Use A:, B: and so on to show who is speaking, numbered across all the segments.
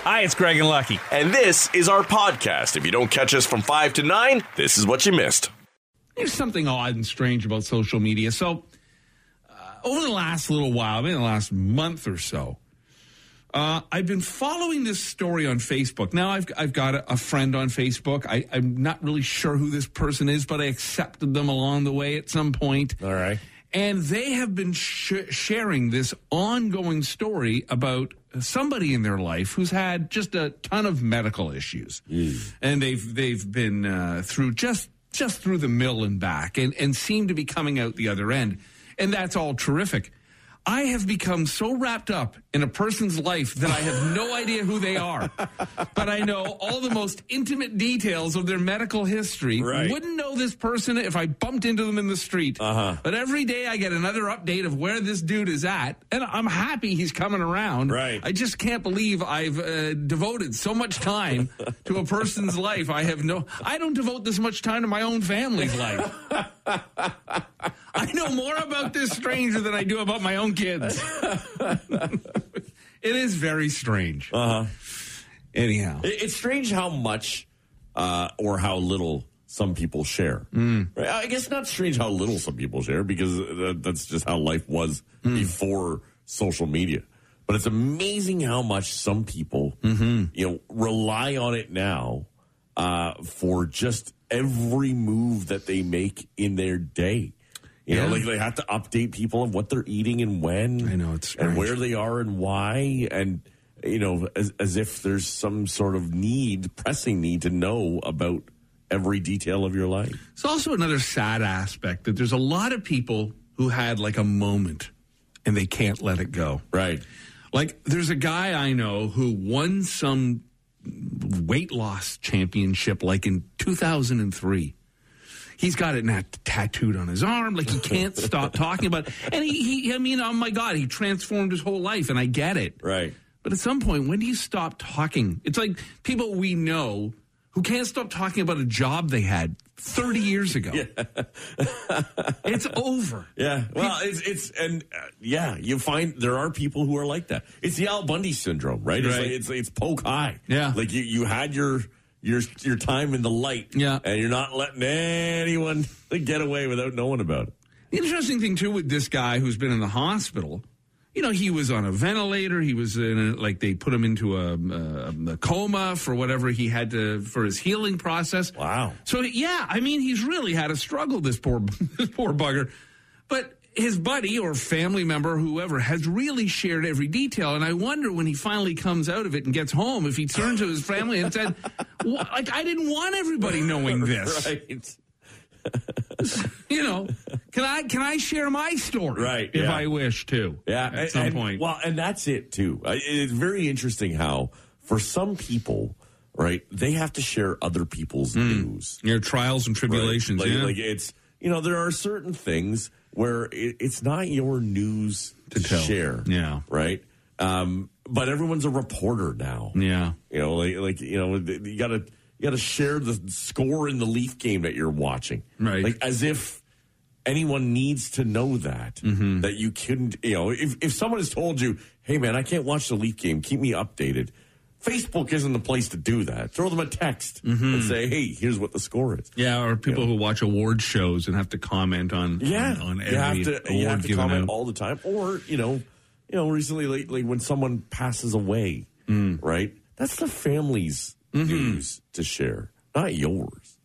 A: Hi, it's Greg and Lucky.
B: And this is our podcast. If you don't catch us from 5 to 9, this is what you missed.
A: There's something odd and strange about social media. So, uh, over the last little while, maybe the last month or so, uh, I've been following this story on Facebook. Now, I've, I've got a, a friend on Facebook. I, I'm not really sure who this person is, but I accepted them along the way at some point.
C: All right.
A: And they have been sh- sharing this ongoing story about somebody in their life who's had just a ton of medical issues, and they've they've been uh, through just just through the mill and back, and and seem to be coming out the other end, and that's all terrific. I have become so wrapped up in a person's life that I have no idea who they are, but I know all the most intimate details of their medical history.
C: Right.
A: Wouldn't know this person if I bumped into them in the street. Uh-huh. But every day I get another update of where this dude is at, and I'm happy he's coming around.
C: Right.
A: I just can't believe I've uh, devoted so much time to a person's life. I have no. I don't devote this much time to my own family's life. I know more about this stranger than I do about my own kids. it is very strange. Uh huh. Anyhow.
C: It- It's strange how much uh, or how little some people share. Right? I guess not strange how little some people share because that, that's just how life was before social media. But it's amazing how much some people, you know, rely on it now uh, for just every move that they make in their day. You
A: Yeah.
C: know, like they have to update people on what they're eating and when.
A: I know, it's
C: and
A: strange.
C: where they are and why and you know as, as if there's some sort of need pressing need to know about every detail of your life
A: It's also another sad aspect that there's a lot of people who had like a moment and they can't let it go.
C: right
A: Like there's a guy I know who won some weight loss championship like in 2003. He's got it nat- tattooed on his arm, like he can't stop talking about. It. And he, he, I mean, oh my God, he transformed his whole life, and I get it.
C: right
A: But at some point, when do you stop talking? It's like people we know who can't stop talking about a job they had 30 years ago. it's over.
C: yeah well it's it's and uh, yeah you find there are people who are like that it's the al bundy syndrome right, It's,
A: Right.
C: like, it's it's poke high
A: Yeah.
C: like you you had your your your time in the light
A: Yeah.
C: and you're not letting anyone get away without knowing about it
A: The interesting thing too with this guy who's been in the hospital, you know, he was on a ventilator. He was in a, like they put him into a, um, a, a coma for whatever he had to for his healing process.
C: Wow.
A: So yeah, I mean, he's really had a struggle. This poor this poor bugger, but. His buddy or family member, whoever, has really shared every detail, and I wonder when he finally comes out of it and gets home if he turned to his family and said, "Wha- "Like I didn't want everybody knowing this."
C: right
A: you know, can I can I share my story?
C: Right,
A: If
C: yeah.
A: I wish to.
C: Yeah,
A: At
C: and-
A: some
C: and-
A: point.
C: Well, and that's it too. I- It's very interesting how, for some people, right, they have to share other people's news.
A: your trials and
C: right?
A: tribulations.
C: like,
A: Hmm. yeah.
C: like it's you know there are certain things where it, it's not your news to,
A: tell.
C: share.
A: Yeah.
C: right. Um, but everyone's a reporter now.
A: yeah.
C: You know, like, like you know, th- you gotta you gotta share the score in the Leaf game that you're watching,
A: Right.
C: Like as if anyone needs to know that that you couldn't. You know, if if someone has told you, "Hey, man, I can't watch the Leaf game. Keep me updated." Facebook isn't the place to do that. Throw them a text and say, "Hey, here's what the score is."
A: Yeah, or people who watch award shows and have to comment on
C: Yeah,
A: on, on
C: you have
A: every
C: to you
A: award
C: have to
A: given
C: comment
A: out.
C: all the time, or you know, you know, recently lately when someone passes away,
A: Mm.
C: right? That's the family's
A: Mm-hmm.
C: news to share, not yours.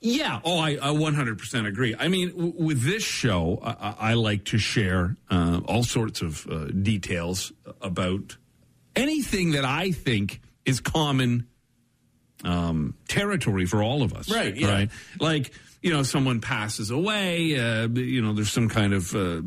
A: Yeah. Oh, I, I 100% agree. I mean, w- with this show, I, I- I like to share uh, all sorts of uh, details about anything that I think is common um, territory for all of us.
C: Right, yeah.
A: Right. Like, you know, someone passes away, uh, you know, there's some kind of, uh,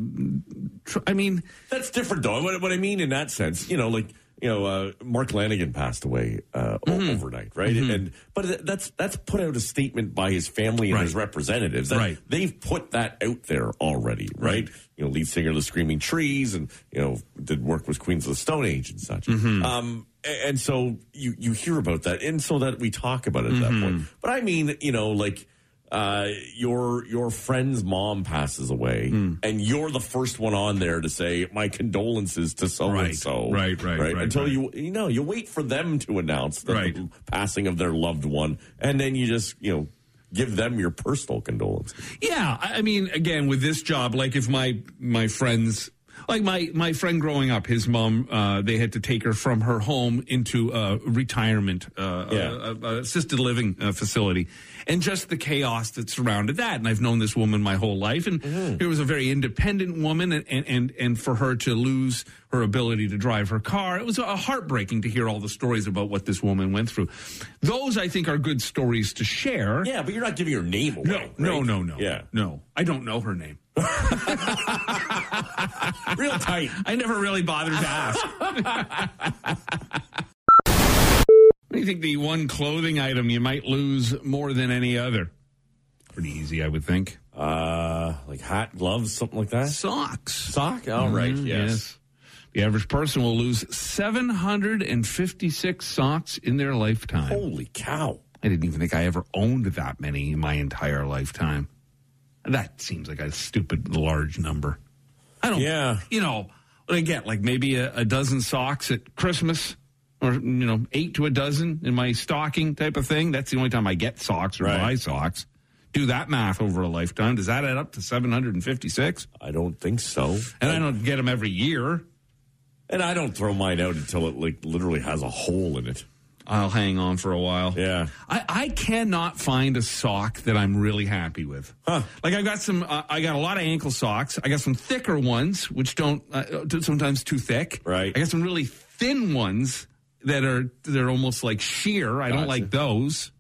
A: tr- I mean,
C: That's different, though. What, what I mean in that sense, you know, like you know, uh, Mark Lanigan passed away uh, o-
A: Mm-hmm.
C: overnight, right? And but th- that's that's put out a statement by his family and his
A: Right.
C: representatives. That-
A: Right.
C: They've put that out there already,
A: Mm-hmm.
C: right? You know, lead singer of the Screaming Trees, and you know, did work with Queens of the Stone Age and such.
A: Mm-hmm.
C: Um, a-
A: Mm-hmm.
C: and so you you hear about that, and so that we talk about it at that point. But I mean, you know, like uh, your your friend's mom passes away,
A: Mm.
C: and you're the first one on there to say my condolences to so and so.
A: Right, right, right,
C: Until
A: right.
C: you you know you wait for them to announce the
A: Right.
C: passing of their loved one, and then you just you know give them your personal condolences.
A: Yeah, I I mean, again, with this job, like if my my friends, like my my friend growing up, his mom, uh, they had to take her from her home into a retirement, uh,
C: Yeah.
A: uh uh assisted living uh, facility, and just the chaos that surrounded that. And I've known this woman my whole life, and it was a very independent woman, and, and and and for her to lose her ability to drive her car, it was uh, heartbreaking to hear all the stories about what this woman went through. Those, I think, are good stories to share.
C: Yeah, but you're not giving your name away.
A: No, no,
C: right?
A: no, no.
C: Yeah,
A: No. I don't know her name.
C: real tight.
A: I never really bothered to ask. what do you think the one clothing item you might lose more than any other? Pretty easy, I would think.
C: Uh, like hat, gloves, something like that.
A: Socks.
C: Sock. All right. Mm, yes.
A: Mm-hmm, Yes. The average person will lose 756 socks in their lifetime.
C: Holy cow.
A: I didn't even think I ever owned that many in my entire lifetime. That seems like a stupid large number. I don't,
C: Yeah.
A: you know, what I get like maybe a, a dozen socks at Christmas or, you know, eight to a dozen in my stocking type of thing. That's the only time I get socks or
C: Right.
A: buy socks. Do that math over a lifetime. Does that add up to 756?
C: I don't think so.
A: And I don't get them every year.
C: And I don't throw mine out until it like literally has a hole in it.
A: I'll hang on for a while.
C: Yeah.
A: I, I cannot find a sock that I'm really happy with. Like I've got some, uh, I got a lot of ankle socks. I got some thicker ones, which don't uh, uh, sometimes too thick.
C: Right.
A: I got some really thin ones that are they're almost like sheer. I don't
C: Gotcha.
A: like those.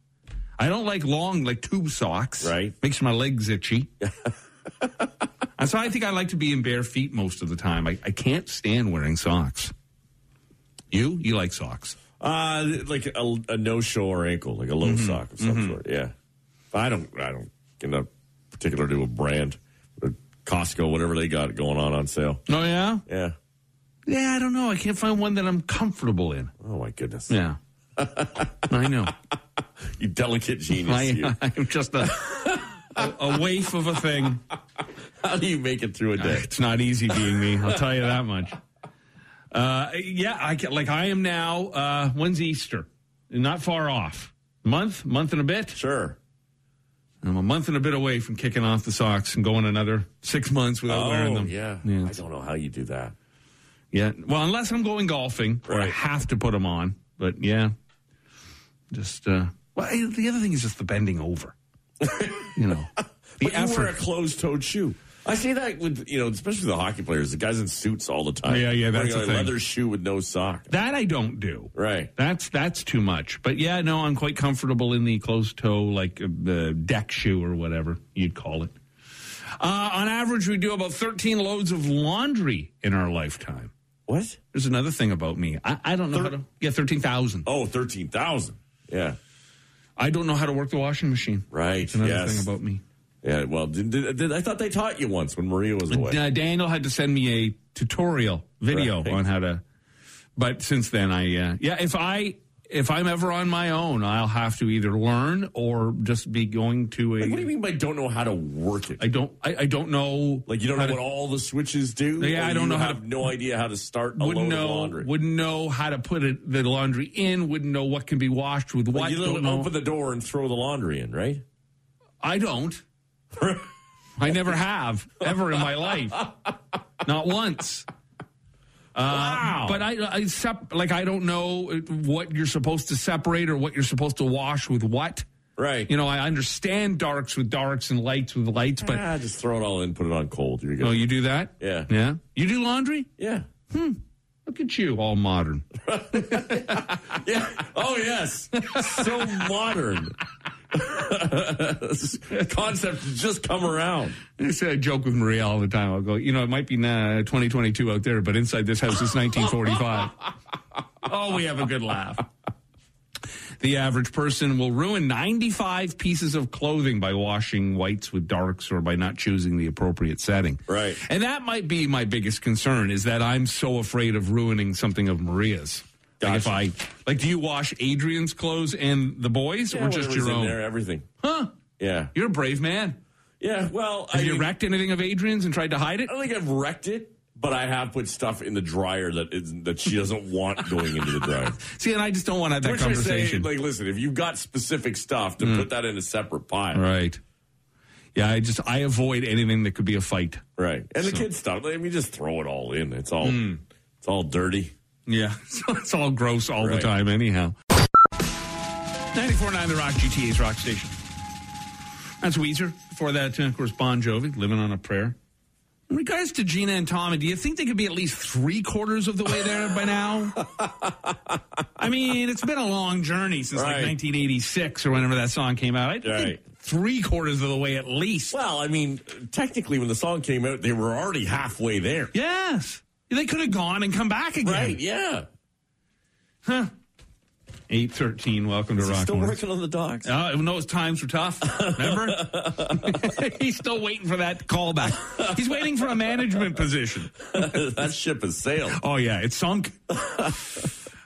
A: I don't like long like tube socks.
C: Right.
A: Makes my legs itchy. and so I think I like to be in bare feet most of the time. I, I can't stand wearing socks. You you like socks?
C: Uh like a, a no-show or ankle, like a low
A: Mm-hmm,
C: sock of some sort. Yeah. I don't I don't get up particular to a brand, or Costco, whatever they got going on on sale.
A: Oh yeah.
C: Yeah.
A: Yeah, I don't know. I can't find one that I'm comfortable in.
C: Oh my goodness.
A: Yeah. I know.
C: You delicate genius. you.
A: I, I'm just a, a, a waif of a thing.
C: How do you make it through a day?
A: It's not easy being me. I'll tell you that much. Uh, yeah, I can, like I am now. Uh, when's Easter? Not far off. Month, month and a bit.
C: Sure.
A: I'm a month and a bit away from kicking off the socks and going another six months without wearing them.
C: yeah.
A: Oh, yeah.
C: I don't know how you do that.
A: Yeah. Well, unless I'm going golfing, or I
C: Right.
A: have to put them on. But yeah, just uh, well. I- The other thing is just the bending over. you know, the
C: But you wear a
A: effort.
C: closed-toed shoe. I see that with you know, especially the hockey players, the guys in suits all the time.
A: Yeah, yeah, that's
C: Wearing
A: the
C: a
A: thing.
C: leather shoe with no sock.
A: That I don't do.
C: Right.
A: That's that's too much. But yeah, no, I'm quite comfortable in the closed toe, like uh, the deck shoe or whatever you'd call it. Uh, on average, we do about 13 loads of laundry in our lifetime.
C: What?
A: There's another thing about me. I, I don't know how to. Yeah, 13,000.
C: Oh, 13,000. Yeah.
A: I don't know how to work the washing machine.
C: Right.
A: That's another
C: yes.
A: thing about me.
C: yeah. Well, did, did, did- I thought they taught you once when Maria was away.
A: Uh, Daniel had to send me a tutorial video
C: Right.
A: on how to. But since then, I uh, yeah, if I if I'm ever on my own, I'll have to either learn or just be going to a.
C: Like, what do you mean by don't know how to work it?
A: I don't I, I don't know
C: like you don't
A: how
C: know
A: to-
C: what all the switches do.
A: Yeah,
C: Or
A: I don't
C: you
A: know how
C: have
A: to-
C: No idea how to start a load
A: wouldn't
C: of
A: know
C: laundry.
A: wouldn't know how to put it, the laundry in wouldn't know what can be washed with
C: Like,
A: what
C: you
A: don't
C: don't
A: know.
C: open the door and throw the laundry in, right?
A: I don't. I never have ever in my life, not once. Uh,
C: wow.
A: But I, I sep- like I don't know what you're supposed to separate or what you're supposed to wash with what.
C: right.
A: You know, I understand darks with darks and lights with lights, but
C: ah, just throw it all in, put it on cold. You're good.
A: oh, you do that?
C: Yeah.
A: yeah. You do laundry?
C: yeah.
A: Look at you, all modern.
C: Yeah. Oh yes. so modern. This Concept has just come around.
A: I say I joke with Maria all the time. I'll go, you know, it might be uh, 2022 out there, but inside this house it's 1945. oh, we have a good laugh. The average person will ruin 95 pieces of clothing by washing whites with darks or by not choosing the appropriate setting.
C: Right.
A: And that might be my biggest concern is that I'm so afraid of ruining something of Maria's. Like if I like do you wash Adrian's clothes and the boys or just
C: Whatever's
A: your
C: in
A: own?
C: there, everything.
A: Huh?
C: Yeah.
A: You're a brave man.
C: Yeah. Well, I
A: Have you
C: mean,
A: wrecked anything of Adrian's and tried to hide it?
C: I don't think I've wrecked it, but I have put stuff in the dryer that is, that she doesn't want going into the dryer.
A: See, and I just don't want to have that
C: Which I say,
A: conversation.
C: like, listen, if you've got specific stuff, to put that in a separate pile.
A: right. Yeah, I just I avoid anything that could be a fight.
C: Right. And the kids stuff. I mean, just throw it all in. It's all it's all dirty.
A: Yeah. So it's all gross all the
C: Right.
A: time anyhow. 94.9 The Rock, GTA's Rock Station. That's Weezer. Before that, uh, of course, Bon Jovi, Living on a Prayer. In regards to Gina and Tommy, do you think they could be at least three quarters of the way there by now? I mean, it's been a long journey since like
C: Right.
A: 1986 or whenever that song came out. I
C: Right.
A: think three quarters of the way at least.
C: Well, I mean, technically when the song came out, they were already halfway there.
A: Yes. They could have gone and come back again.
C: Right, yeah.
A: 813, welcome to
C: Is he
A: Rock
C: still
A: Morning.
C: working on the dogs.
A: Uh, those times were tough. Remember? He's still waiting for that callback. He's waiting for a management position.
C: that ship has sailed.
A: Oh, yeah, it sunk.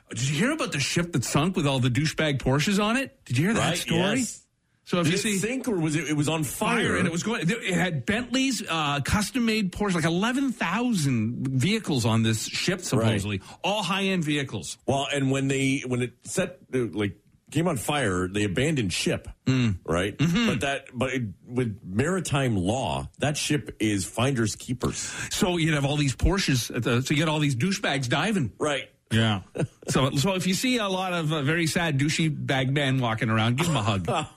A: Did you hear about the ship that sunk with all the douchebag Porsches on it? Did you hear that
C: Right,
A: story?
C: yes.
A: So if
C: Did
A: you
C: it
A: see
C: sink or was it? It was on fire,
A: fire and it was going, it had Bentley's uh, custom-made Porsche, like eleven thousand vehicles on this ship supposedly, all high-end vehicles.
C: Well, and when they when it set uh, like came on fire, they abandoned ship,
A: Mm.
C: right?
A: Mm-hmm.
C: But that but it, with maritime law, that ship is finders keepers,
A: So you'd have all these Porsches, at the, so you get all these douchebags diving.
C: right?
A: Yeah. so, so if you see a lot of uh, very sad, douchey bag men walking around, give them a hug. a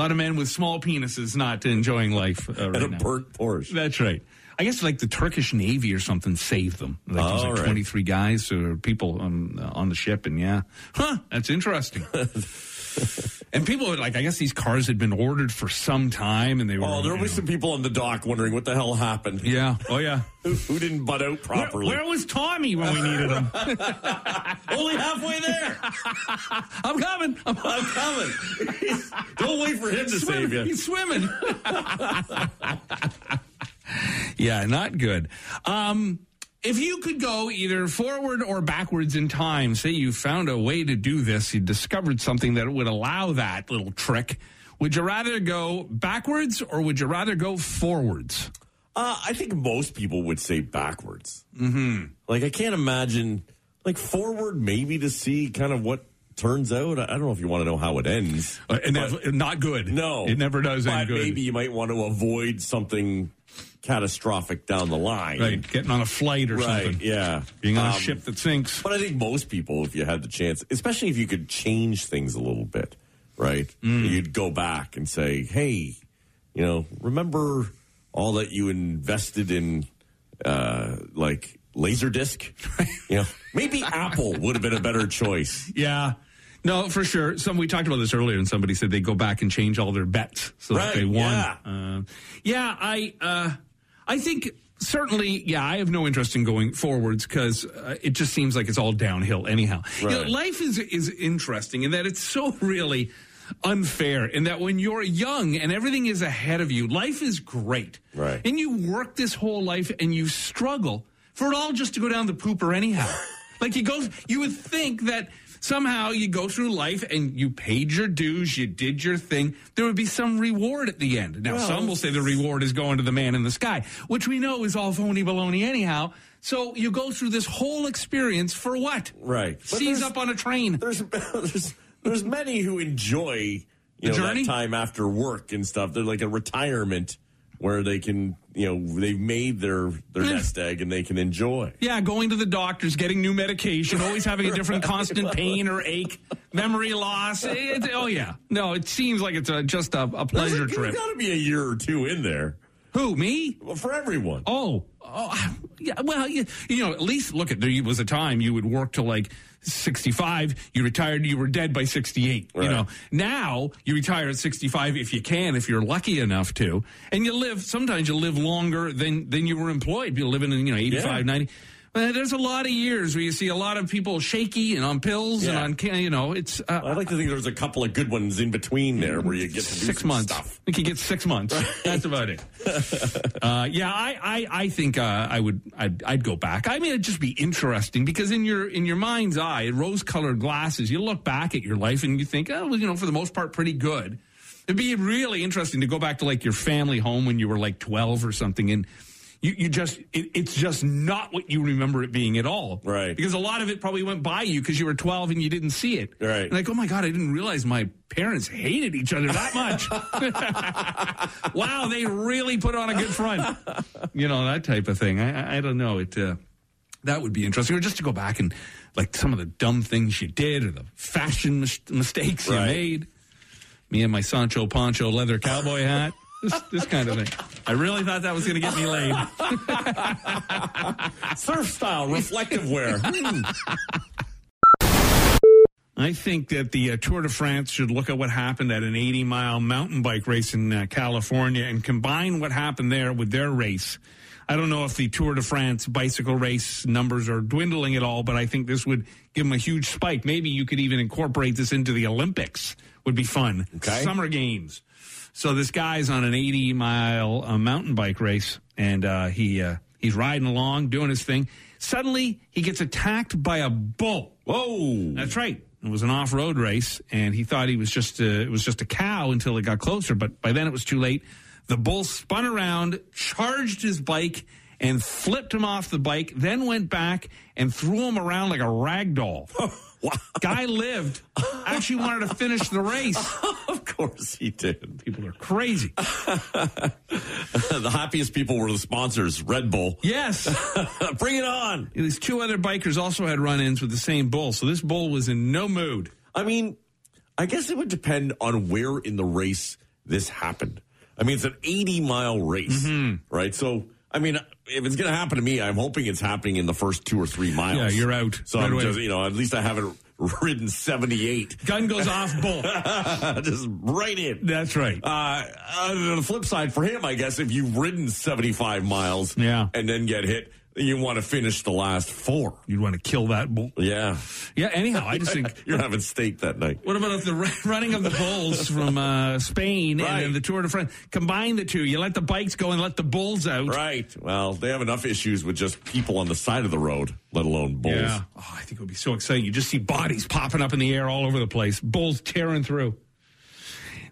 A: lot of men with small penises not enjoying life uh, right
C: And a
A: now.
C: burnt Porsche.
A: That's right. I guess like the Turkish Navy or something saved them. Like, there's
C: All
A: like
C: right.
A: 23 guys or people on uh, on the ship, and yeah, huh? That's interesting. and people would like, I guess these cars had been ordered for some time, and they were.
C: Oh, there
A: you
C: were
A: know-
C: some people on the dock wondering what the hell happened.
A: Yeah. Oh yeah.
C: Who, who didn't butt out
A: Where,
C: properly?
A: where was Tommy when we needed him?
C: Only halfway there.
A: I'm coming. I'm
C: I'm coming. Don't wait for him to save you.
A: He's swimming. yeah, not good. Um, if you could go either forward or backwards in time, say you found a way to do this, you discovered something that would allow that little trick. Would you rather go backwards or would you rather go forwards?
C: Uh, I think most people would say backwards. Mm-hmm. Like I can't imagine like forward maybe to see kind of what turns out. I I don't know if you want to know how it ends.
A: Uh, and that's not good.
C: No,
A: it never does
C: But
A: end good.
C: maybe you might want to avoid something catastrophic down the line.
A: right, getting on a flight or
C: Right,
A: something,
C: Yeah.
A: being on a
C: Um,
A: ship that sinks.
C: But I think most people, if you had the chance, especially if you could change things a little bit, right?
A: Mm.
C: You'd go back and say, hey, you know, remember all that you invested in, uh, like, Laserdisc? you know, maybe Apple would have been a better choice.
A: Yeah. No, for sure. Some we talked about this earlier, and somebody said they go back and change all their bets so that
C: Right,
A: they won.
C: yeah.
A: Uh, yeah, I, uh, I think certainly. Yeah, I have no interest in going forwards because uh, it just seems like it's all downhill. Anyhow, You know,
C: Right.
A: life is is interesting in that it's so really unfair in that when you're young and everything is ahead of you, life is great.
C: Right.
A: And you work this whole life and you struggle for it all just to go down the pooper anyhow. like you go you would think that somehow you go through life and you paid your dues, you did your thing, there would be some reward at the end. Now some will say the reward is going to the man in the sky, which we know is all phony baloney anyhow. So you go through this whole experience for what?
C: Right. But
A: Seize
C: there's-
A: up on a train.
C: There's, there's, there's many who enjoy, you know,
A: journey?
C: that time after work and stuff. They're like a retirement where they can, you know, they've made their, their
A: Yeah.
C: nest egg and they can enjoy.
A: Yeah, going to the doctors, getting new medication, always having a different constant pain or ache, memory loss. It's, oh yeah, no, it seems like it's a, just a, a pleasure
C: There's
A: trip.
C: got to be a year or two in there
A: Who me?
C: Well, for everyone.
A: Oh, oh, yeah. Well, you, you know, at least look at there was a time you would work till like sixty-five. You retired, you were dead by sixty-eight. You
C: Right.
A: know, now you retire at sixty-five if you can, if you're lucky enough to, and you live. Sometimes you live longer than than you were employed. You live in you know eighty-five,
C: Yeah.
A: 90. Uh, there's a lot of years where you see a lot of people shaky and on pills and
C: Yeah.
A: on ca- you know it's uh,
C: I'd like to think there's a couple of good ones in between there where you get to do
A: six
C: some
A: months.
C: stuff.
A: I think you get six months. That's about it. uh, yeah, I, I, I think uh, I would. I'd, I'd go back. I mean, it'd just be interesting because in your in your mind's eye, rose colored glasses, you look back at your life and you think, oh, well, you know, for the most part, pretty good. It'd be really interesting to go back to like your family home when you were like 12 or something and you, you just, it, it's just not what you remember it being at all.
C: Right.
A: Because a lot of it probably went by you because you were 12 and you didn't see it.
C: Right.
A: Like, oh my God, I didn't realize my parents hated each other that much. wow, they really put on a good front. You know, that type of thing. I, I- I don't know. It, uh, that would be interesting. Or just to go back and like some of the dumb things you did or the fashion mis- mistakes you
C: Right.
A: made me and my Sancho Pancho leather cowboy hat. This, this kind of thing. I really thought that was going to get me laid.
C: Surf style, reflective wear.
A: Hmm. I think that the uh, Tour de France should look at what happened at an 80 mile mountain bike race in uh, California and combine what happened there with their race. I don't know if the Tour de France bicycle race numbers are dwindling at all, but I think this would give them a huge spike. Maybe you could even incorporate this into the Olympics. Would be fun.
C: Okay.
A: Summer games. So this guy's on an 80 mile uh, mountain bike race, and uh, he uh, he's riding along, doing his thing. Suddenly, he gets attacked by a bull.
C: Whoa.
A: That's right. It was an off-road race, and he thought he was just a, it was just a cow until it got closer. But by then, it was too late. The bull spun around, charged his bike, and flipped him off the bike. Then went back and threw him around like a rag doll. Guy lived. Actually, wanted to finish the race.
C: Of course he did.
A: People are crazy.
C: the happiest people were the sponsors, Red Bull.
A: Yes.
C: Bring it on.
A: These two other bikers also had run-ins with the same bull, so this bull was in no mood.
C: I mean, I guess it would depend on where in the race this happened. I mean, it's an 80 mile race,
A: Mm-hmm.
C: right? So, I mean, if it's going to happen to me, I'm hoping it's happening in the first two or three miles.
A: Yeah, you're out
C: So
A: right
C: I'm
A: away.
C: just, you know, at least I haven't ridden 78.
A: Gun goes off, bull.
C: just right in.
A: That's right.
C: Uh, on the flip side for him, I guess if you've ridden 75 miles
A: Yeah.
C: and then get hit, you want to finish the last four.
A: You'd want to kill that bull.
C: Yeah.
A: Yeah. Anyhow, I just think
C: You're having steak that night.
A: What about if the ru- running of the bulls from uh, Spain
C: Right.
A: and then the Tour de France? Combine the two. You let the bikes go and let the bulls out.
C: Right. Well, they have enough issues with just people on the side of the road, let alone bulls.
A: Yeah. Oh, I think it would be so exciting. You just see bodies popping up in the air all over the place, bulls tearing through.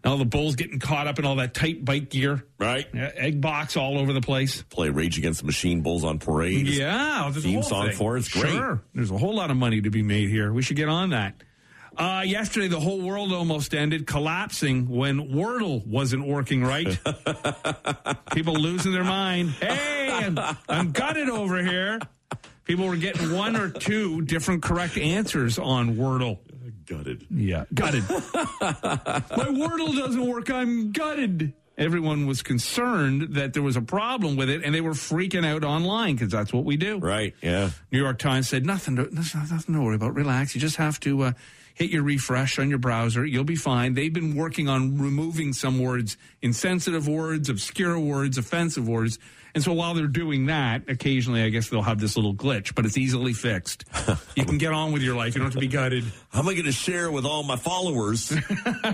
A: And all the bulls getting caught up in all that tight bike gear,
C: Right?
A: Uh, egg box all over the place.
C: Play Rage Against the Machine Bulls on Parade.
A: Yeah, there's a
C: theme
A: whole
C: song
A: thing.
C: for it's great.
A: Sure, there's a whole lot of money to be made here. We should get on that. Uh, yesterday, the whole world almost ended collapsing when Wordle wasn't working right. People losing their mind. Hey, I'm, I'm gutted over here. People were getting one or two different correct answers on Wordle.
C: Gutted.
A: Yeah, gutted. My Wordle doesn't work. I'm gutted. Everyone was concerned that there was a problem with it, and they were freaking out online because that's what we do.
C: Right. Yeah.
A: New York Times said nothing to there's nothing to worry about. Relax. You just have to uh, hit your refresh on your browser. You'll be fine. They've been working on removing some words, insensitive words, obscure words, offensive words. And so while they're doing that, occasionally I guess they'll have this little glitch, but it's easily fixed. you can get on with your life. You don't have to be gutted.
C: How am I going to share with all my followers
A: And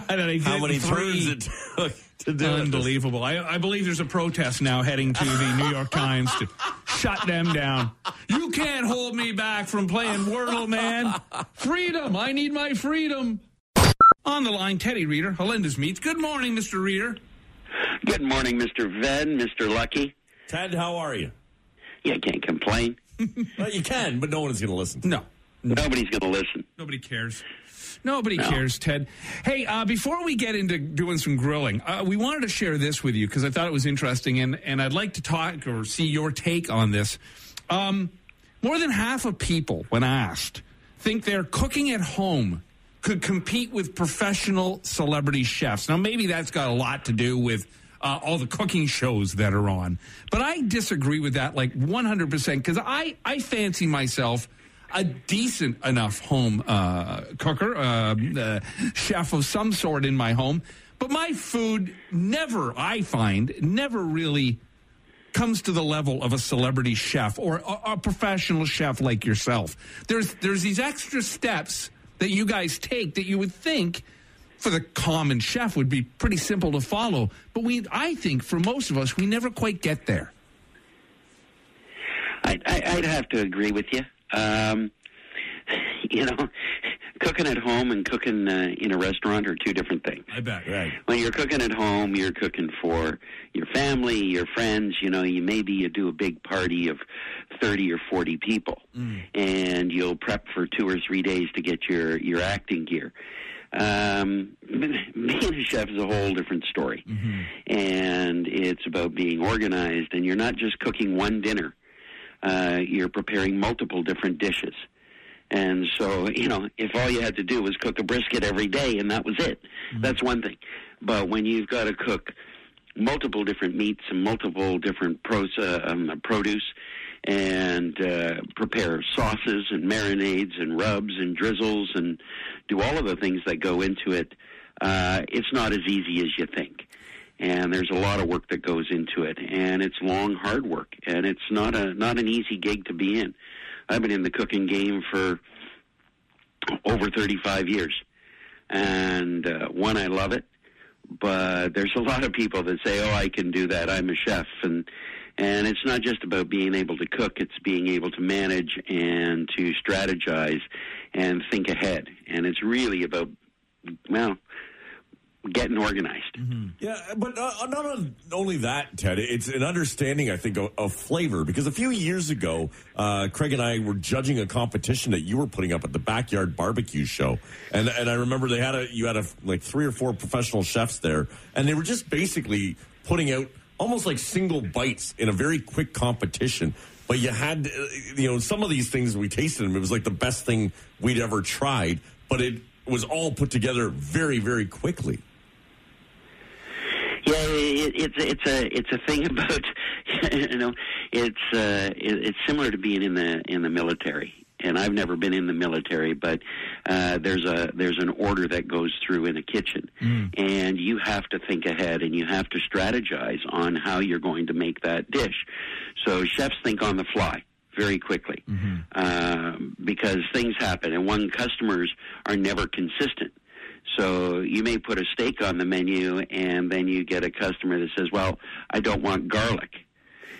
A: I did
C: how many
A: three.
C: turns it took to do it?
A: Unbelievable. I, I believe there's a protest now heading to the New York Times to shut them down. You can't hold me back from playing Wordle, man. Freedom. I need my freedom. On the line, Teddy Reader, Helinda's Meats. Good morning, Mr. Reader.
D: Good morning, Mr. Venn, Mr. Lucky.
C: Ted, how are you?
D: Yeah, can't complain.
C: Well, you can, but no one is going to listen.
A: No,
D: Nobody's going to listen.
A: Nobody cares. Nobody cares, Ted. Hey, uh, before we get into doing some grilling, uh, we wanted to share this with you because I thought it was interesting, and, and I'd like to talk or see your take on this. Um, more than half of people, when asked, think their cooking at home could compete with professional celebrity chefs. Now, maybe that's got a lot to do with uh, all the cooking shows that are on, but I disagree with that like 100% because I, I fancy myself a decent enough home uh, cooker, uh, uh, chef of some sort in my home. But my food never, I find, never really comes to the level of a celebrity chef or a, a professional chef like yourself. There's there's these extra steps that you guys take that you would think for the common chef would be pretty simple to follow, but we I think for most of us we never quite get there.
D: I, I, I'd have to agree with you. Um, you know, cooking at home and cooking uh, in a restaurant are two different things.
A: I bet.
C: Right.
D: When you're cooking at home, you're cooking for your family, your friends. You know, you maybe you do a big party of thirty or forty people, and you'll prep for two or three days to get your your acting gear. Um, being a chef is a whole different story, and it's about being organized. And you're not just cooking one dinner; uh, you're preparing multiple different dishes. And so, you know, if all you had to do was cook a brisket every day and that was it, that's one thing. But when you've got to cook multiple different meats and multiple different pros, uh, um, produce and uh, prepare sauces and marinades and rubs and drizzles and do all of the things that go into it, uh, it's not as easy as you think and there's a lot of work that goes into it and it's long hard work and it's not a not an easy gig to be in i've been in the cooking game for over 35 years and uh, one i love it but there's a lot of people that say oh i can do that i'm a chef and and it's not just about being able to cook it's being able to manage and to strategize and think ahead and it's really about well getting organized
C: Yeah, but uh, not on- only that, Ted. It's an understanding, I think, of, of flavor. Because a few years ago, uh, Craig and I were judging a competition that you were putting up at the backyard barbecue show, and and I remember they had a you had a like three or four professional chefs there, and they were just basically putting out almost like single bites in a very quick competition. But you had, uh, you know, some of these things we tasted them. It was like the best thing we'd ever tried, but it was all put together very, very quickly.
D: Yeah, it, it's it's a it's a thing about you know it's uh, it, it's similar to being in the in the military. And I've never been in the military, but uh, there's a there's an order that goes through in a kitchen, and you have to think ahead and you have to strategize on how you're going to make that dish. So chefs think on the fly very quickly um, because things happen, and one customers are never consistent. So you may put a steak on the menu, and then you get a customer that says, "Well, I don't want garlic."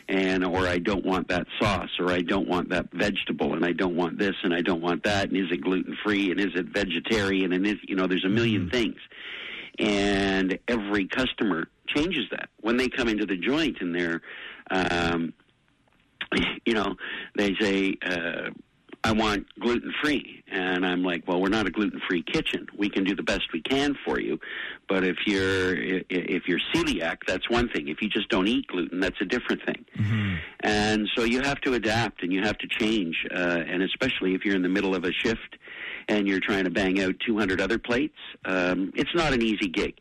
D: And or I don't want that sauce, or I don't want that vegetable, and I don't want this, and I don't want that, and is it gluten free, and is it vegetarian, and is you know there's a 1000000 things, and every customer changes that when they come into the joint and they're um, you know, they say, uh, I want gluten free. And I'm like, well, we're not a gluten free kitchen. We can do the best we can for you. But if you're, i- i- if you're celiac, that's one thing. If you just don't eat gluten, that's a different thing. And so you have to adapt and you have to change. Uh, and especially if you're in the middle of a shift and you're trying to bang out 200 other plates, um, it's not an easy gig.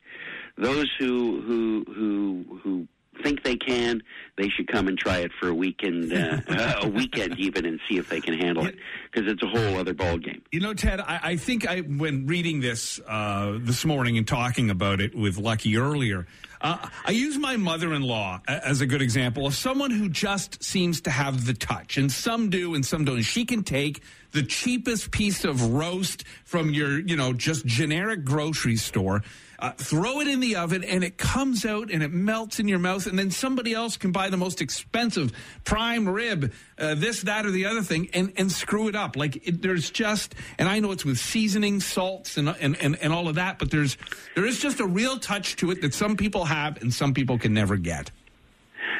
D: Those who, who, who, who, think they can, they should come and try it for a weekend, uh, a weekend even, and see if they can handle it because it's a whole other ball game.
A: You know, Ted, I, I think I when reading this uh, this morning and talking about it with Lucky earlier, uh, I use my mother-in-law a- as a good example of someone who just seems to have the touch, and some do and some don't. She can take the cheapest piece of roast from your, you know, just generic grocery store, uh, throw it in the oven, and it comes out and it melts in your mouth, and then somebody else can buy the most expensive prime rib, uh, this, that, or the other thing, and, and screw it up. Like it, there's just, and I know it's with seasoning, salts, and, and and and all of that, but there's there is just a real touch to it that some people have and some people can never get.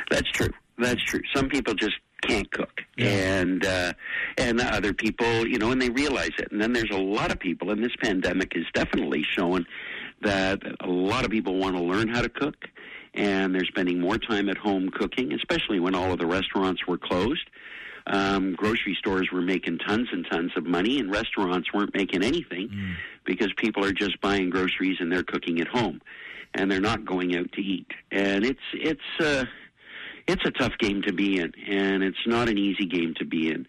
D: That's true. That's true. Some people just can't cook, and uh, and other people, you know, and they realize it. And then there's a lot of people, and this pandemic is definitely showing that a lot of people want to learn how to cook, and they're spending more time at home cooking, especially when all of the restaurants were closed. Um, grocery stores were making tons and tons of money, and restaurants weren't making anything because people are just buying groceries and they're cooking at home, and they're not going out to eat. And it's it's. Uh, it's a tough game to be in, and it's not an easy game to be in.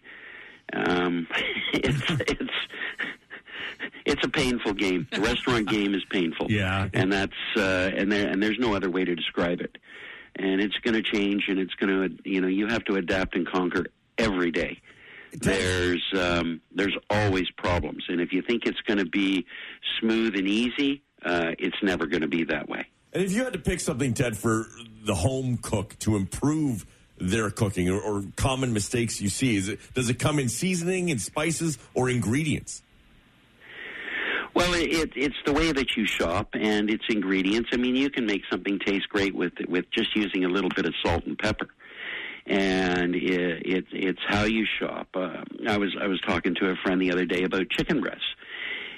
D: Um, it's it's it's a painful game. The restaurant game is painful.
A: Yeah.
D: and that's uh, and there and there's no other way to describe it. And it's going to change, and it's going to you know you have to adapt and conquer every day. There's um, there's always problems, and if you think it's going to be smooth and easy, uh, it's never going to be that way.
C: And if you had to pick something, Ted, for the home cook to improve their cooking or, or common mistakes you see, is it, does it come in seasoning and spices or ingredients?
D: Well, it, it, it's the way that you shop and its ingredients. I mean, you can make something taste great with with just using a little bit of salt and pepper. And it, it, it's how you shop. Uh, I was I was talking to a friend the other day about chicken breasts,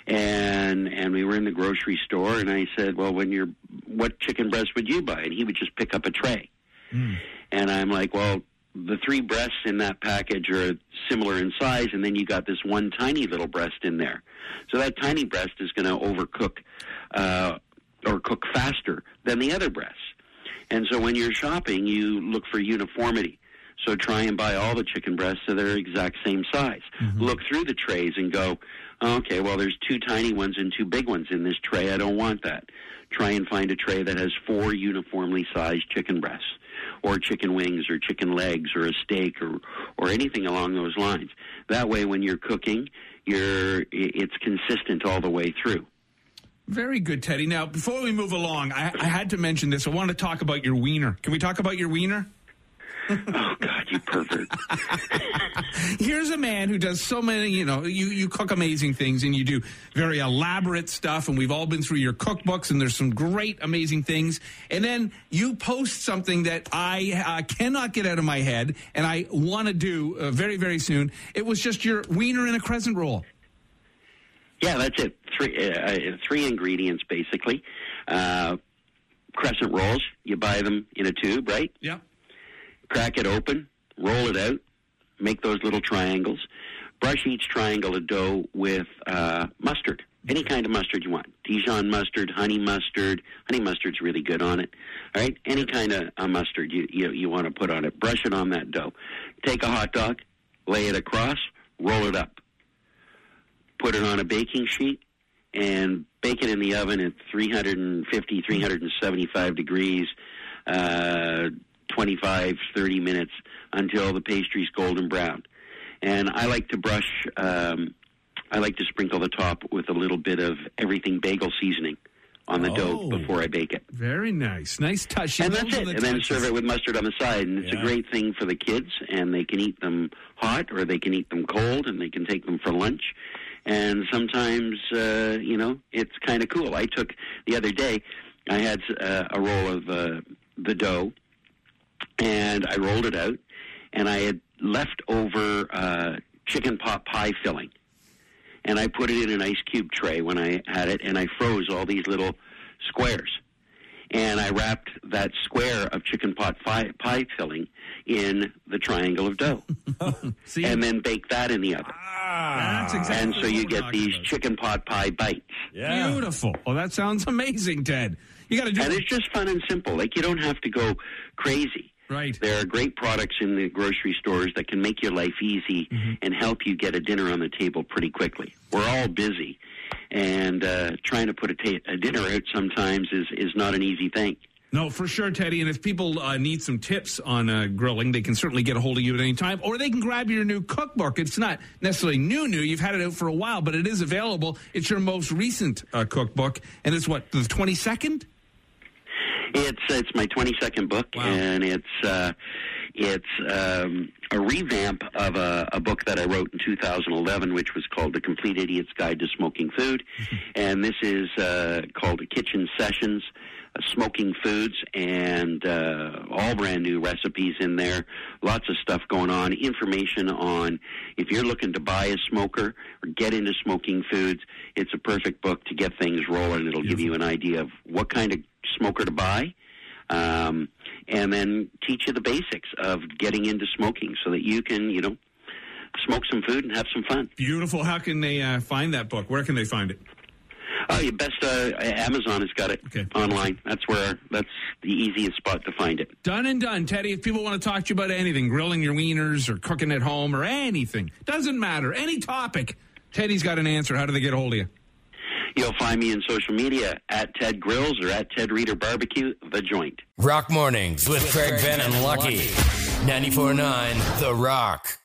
D: and and we were in the grocery store, and I said, "Well, when you're what chicken breast would you buy?" And he would just pick up a tray, and I'm like, "Well, the three breasts in that package are similar in size, and then you got this one tiny little breast in there. So that tiny breast is going to overcook uh, or cook faster than the other breasts. And so when you're shopping, you look for uniformity. So try and buy all the chicken breasts so they're exact same size. Look through the trays and go, okay, well, there's two tiny ones and two big ones in this tray. I don't want that. Try and find a tray that has four uniformly sized chicken breasts or chicken wings or chicken legs or a steak or, or anything along those lines. That way, when you're cooking, you're, i- it's consistent all the way through.
A: Very good, Teddy. Now, before we move along, I, I had to mention this. I want to talk about your wiener. Can we talk about your wiener?
D: Oh, God, you pervert.
A: Here's a man who does so many, you know, you, you cook amazing things and you do very elaborate stuff. And we've all been through your cookbooks and there's some great, amazing things. And then you post something that I uh, cannot get out of my head and I want to do uh, very, very soon. It was just your wiener in a crescent roll.
D: Yeah, that's it. Three uh, uh, three ingredients basically. Uh, crescent rolls. You buy them in a tube, right?
A: Yeah.
D: Crack it open, roll it out, make those little triangles. Brush each triangle of dough with uh, mustard, any kind of mustard you want. Dijon mustard, honey mustard. Honey mustard's really good on it. All right, any kind of uh, mustard you you, you want to put on it. Brush it on that dough. Take a hot dog, lay it across, roll it up put it on a baking sheet and bake it in the oven at 350 375 degrees uh, 25 30 minutes until the pastry's golden brown and i like to brush um, i like to sprinkle the top with a little bit of everything bagel seasoning on the
C: Oh.
D: dough before i bake it
A: Very nice. Nice touch. She
D: and
A: loves
D: that's
A: all
D: it.
A: the
D: And then
A: touches.
D: serve it with mustard on the side. And it's
C: Yeah.
D: a great thing for the kids, and they can eat them hot or they can eat them cold, and they can take them for lunch. And sometimes, uh, you know, it's kind of cool. I took the other day, I had uh, a roll of uh, the dough, and I rolled it out, and I had leftover uh, chicken pot pie filling and I put it in an ice cube tray when I had it, and I froze all these little squares. And I wrapped that square of chicken pot pie, pie filling in the triangle of dough,
A: See,
D: and then bake that in the oven.
A: that's exactly
D: And so
A: what
D: you
A: Ah, we're
D: get
A: talking
D: these
A: about.
D: chicken pot pie bites.
A: Beautiful. Oh, that sounds amazing, Ted. You got to do
D: And
A: it.
D: it's just fun and simple. Like, you don't have to go crazy.
A: Right.
D: There are great products in the grocery stores that can make your life easy
A: Mm-hmm.
D: and help you get a dinner on the table pretty quickly. We're all busy, and uh, trying to put a, ta- a dinner out sometimes is, is not an easy thing.
A: No, for sure, Teddy. And if people uh, need some tips on uh, grilling, they can certainly get a hold of you at any time, or they can grab your new cookbook. It's not necessarily new, new. You've had it out for a while, but it is available. It's your most recent uh, cookbook, and it's what the twenty second.
D: It's it's my 22nd book, and it's uh, it's um, a revamp of a, a book that I wrote in 2011, which was called The Complete Idiot's Guide to Smoking Food, and this is uh, called Kitchen Sessions, uh, Smoking Foods, and uh, all brand new recipes in there. Lots of stuff going on. Information on if you're looking to buy a smoker or get into smoking foods. It's a perfect book to get things rolling. It'll give you an idea of what kind of smoker to buy, um, and then teach you the basics of getting into smoking so that you can, you know, smoke some food and have some fun.
A: Beautiful. How can they uh, find that book? Where can they find it?
D: Oh, your best uh, Amazon has got it
A: Okay.
D: online. That's where that's the easiest spot to find it.
A: Done and done, Teddy. If people want to talk to you about anything, grilling your wieners or cooking at home or anything, doesn't matter. Any topic, Teddy's got an answer. How do they get a hold of you?
D: You'll find me in social media at Ted Grills or at Ted Reader Barbecue, The Joint.
E: Rock Mornings with Craig Ben and Lucky. 94.9 The Rock.